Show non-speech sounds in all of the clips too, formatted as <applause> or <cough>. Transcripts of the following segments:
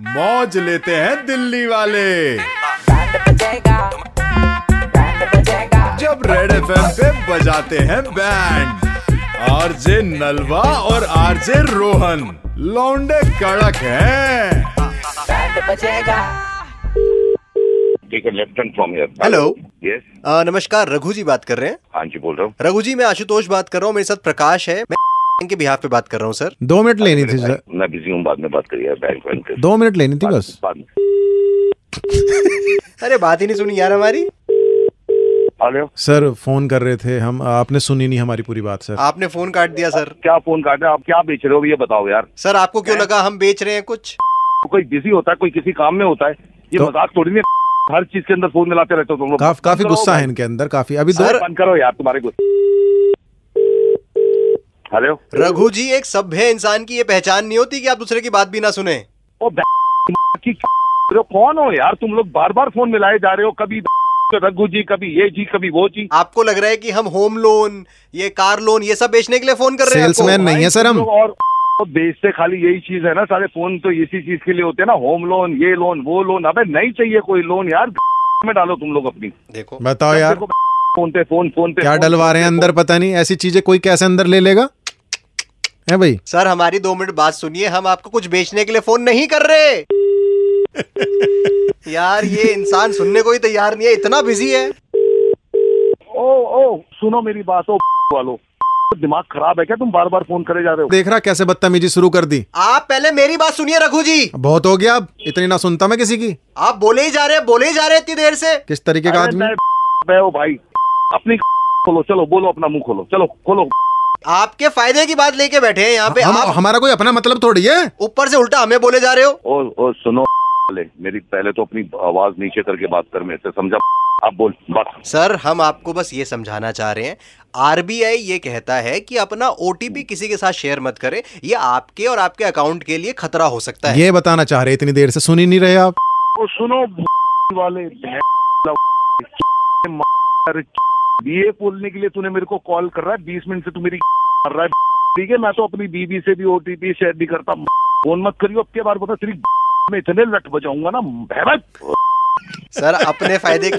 मौज लेते हैं दिल्ली वाले जब रेड एफ पे बजाते हैं बैंड आरजे नलवा और आरजे रोहन लौंडे कड़क हैं ठीक है left from here hello yes uh, नमस्कार रघु जी बात कर रहे हैं हाँ जी बोल रहा हूँ रघु जी मैं आशुतोष बात कर रहा हूँ मेरे साथ प्रकाश है मैं <laughs> के बिहार पे बात कर रहा हूँ सर दो मिनट लेनी थी सर मैं बिजी हूँ बाद में बात करिए बैंक बैंक कर दो मिनट लेनी थी बस बाद में अरे बात ही नहीं सुनी यार हमारी हेलो सर फोन कर रहे थे हम आपने सुनी नहीं हमारी पूरी बात सर आपने फोन काट दिया सर क्या फोन काट रहे हैं आप क्या बेच रहे हो ये बताओ यार सर आपको क्यों लगा हम बेच रहे हैं कुछ कोई बिजी होता है कोई किसी काम में होता है ये तो- मजाक थोड़ी नहीं है। हर चीज के अंदर फोन मिलाते रहते हो तुम लोग काफ, काफी बंद करो, गुस्सा है बंद- इनके अंदर काफी अभी दो सर- बंद करो यार तुम्हारे गुस्से हेलो रघु जी एक सभ्य इंसान की ये पहचान नहीं होती कि आप दूसरे की बात भी ना सुने ओ ब- की अरे कौन हो यार तुम लोग बार बार फोन मिलाए जा रहे हो कभी रघु जी कभी ये जी कभी वो जी आपको लग रहा है कि हम होम लोन ये कार लोन ये सब बेचने के लिए फोन कर रहे हैं आपको। सेल्समैन नहीं है सर हम लोग और तो बेचते खाली यही चीज है ना सारे फोन तो इसी चीज के लिए होते हैं ना होम लोन ये लोन वो लोन अबे नहीं चाहिए कोई लोन यार में डालो तुम लोग अपनी देखो बताओ हाँ यार देखो, फोन पे फोन फोन पे क्या फोन डलवा पे, रहे हैं अंदर पता नहीं ऐसी चीजें कोई कैसे अंदर ले लेगा है भाई सर हमारी दो मिनट बात सुनिए हम आपको कुछ बेचने के लिए फोन नहीं कर रहे <laughs> यार ये इंसान सुनने को ही तैयार नहीं है इतना बिजी है ओ ओ सुनो मेरी बात ओ वालो दिमाग खराब है क्या तुम बार बार फोन करे जा रहे हो देख रहा कैसे बदतमीजी शुरू कर दी आप पहले मेरी बात सुनिए रघु जी बहुत हो गया अब इतनी ना सुनता मैं किसी की आप बोले ही जा रहे हैं बोले ही जा रहे हैं इतनी देर से किस तरीके का अरे आदमी मैं मैं ओ भाई अपनी खोलो चलो बोलो अपना मुंह खोलो चलो खोलो आपके फायदे की बात लेके बैठे हैं यहाँ पे हम, आप हमारा कोई अपना मतलब थोड़ी है ऊपर से उल्टा हमें बोले जा रहे हो ओ ओ सुनो वाले, मेरी पहले तो अपनी आवाज नीचे करके बात कर मेरे से समझा आप बोल बात सर हम आपको बस ये समझाना चाह रहे हैं आरबीआई ये कहता है कि अपना ओटीपी किसी के साथ शेयर मत करें ये आपके और आपके अकाउंट के लिए खतरा हो सकता है ये बताना चाह रहे इतनी देर से सुन ही नहीं रहे आप ओ सुनो वाले बीए बोलने के लिए तूने मेरे को कॉल कर रहा है बीस मिनट से तू मेरी कर रहा है ठीक है मैं तो अपनी बीबी से भी ओटीपी शेयर नहीं करता फोन मत करियो अब के बार बता तेरी मैं इतने लट बजाऊंगा ना भैरत सर अपने फायदे <laughs>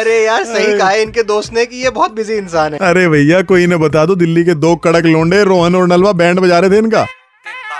अरे यार सही कहा है इनके दोस्त ने कि ये बहुत बिजी इंसान है अरे भैया कोई इन्हें बता दो दिल्ली के दो कड़क लोंडे रोहन और नलवा बैंड बजा रहे थे इनका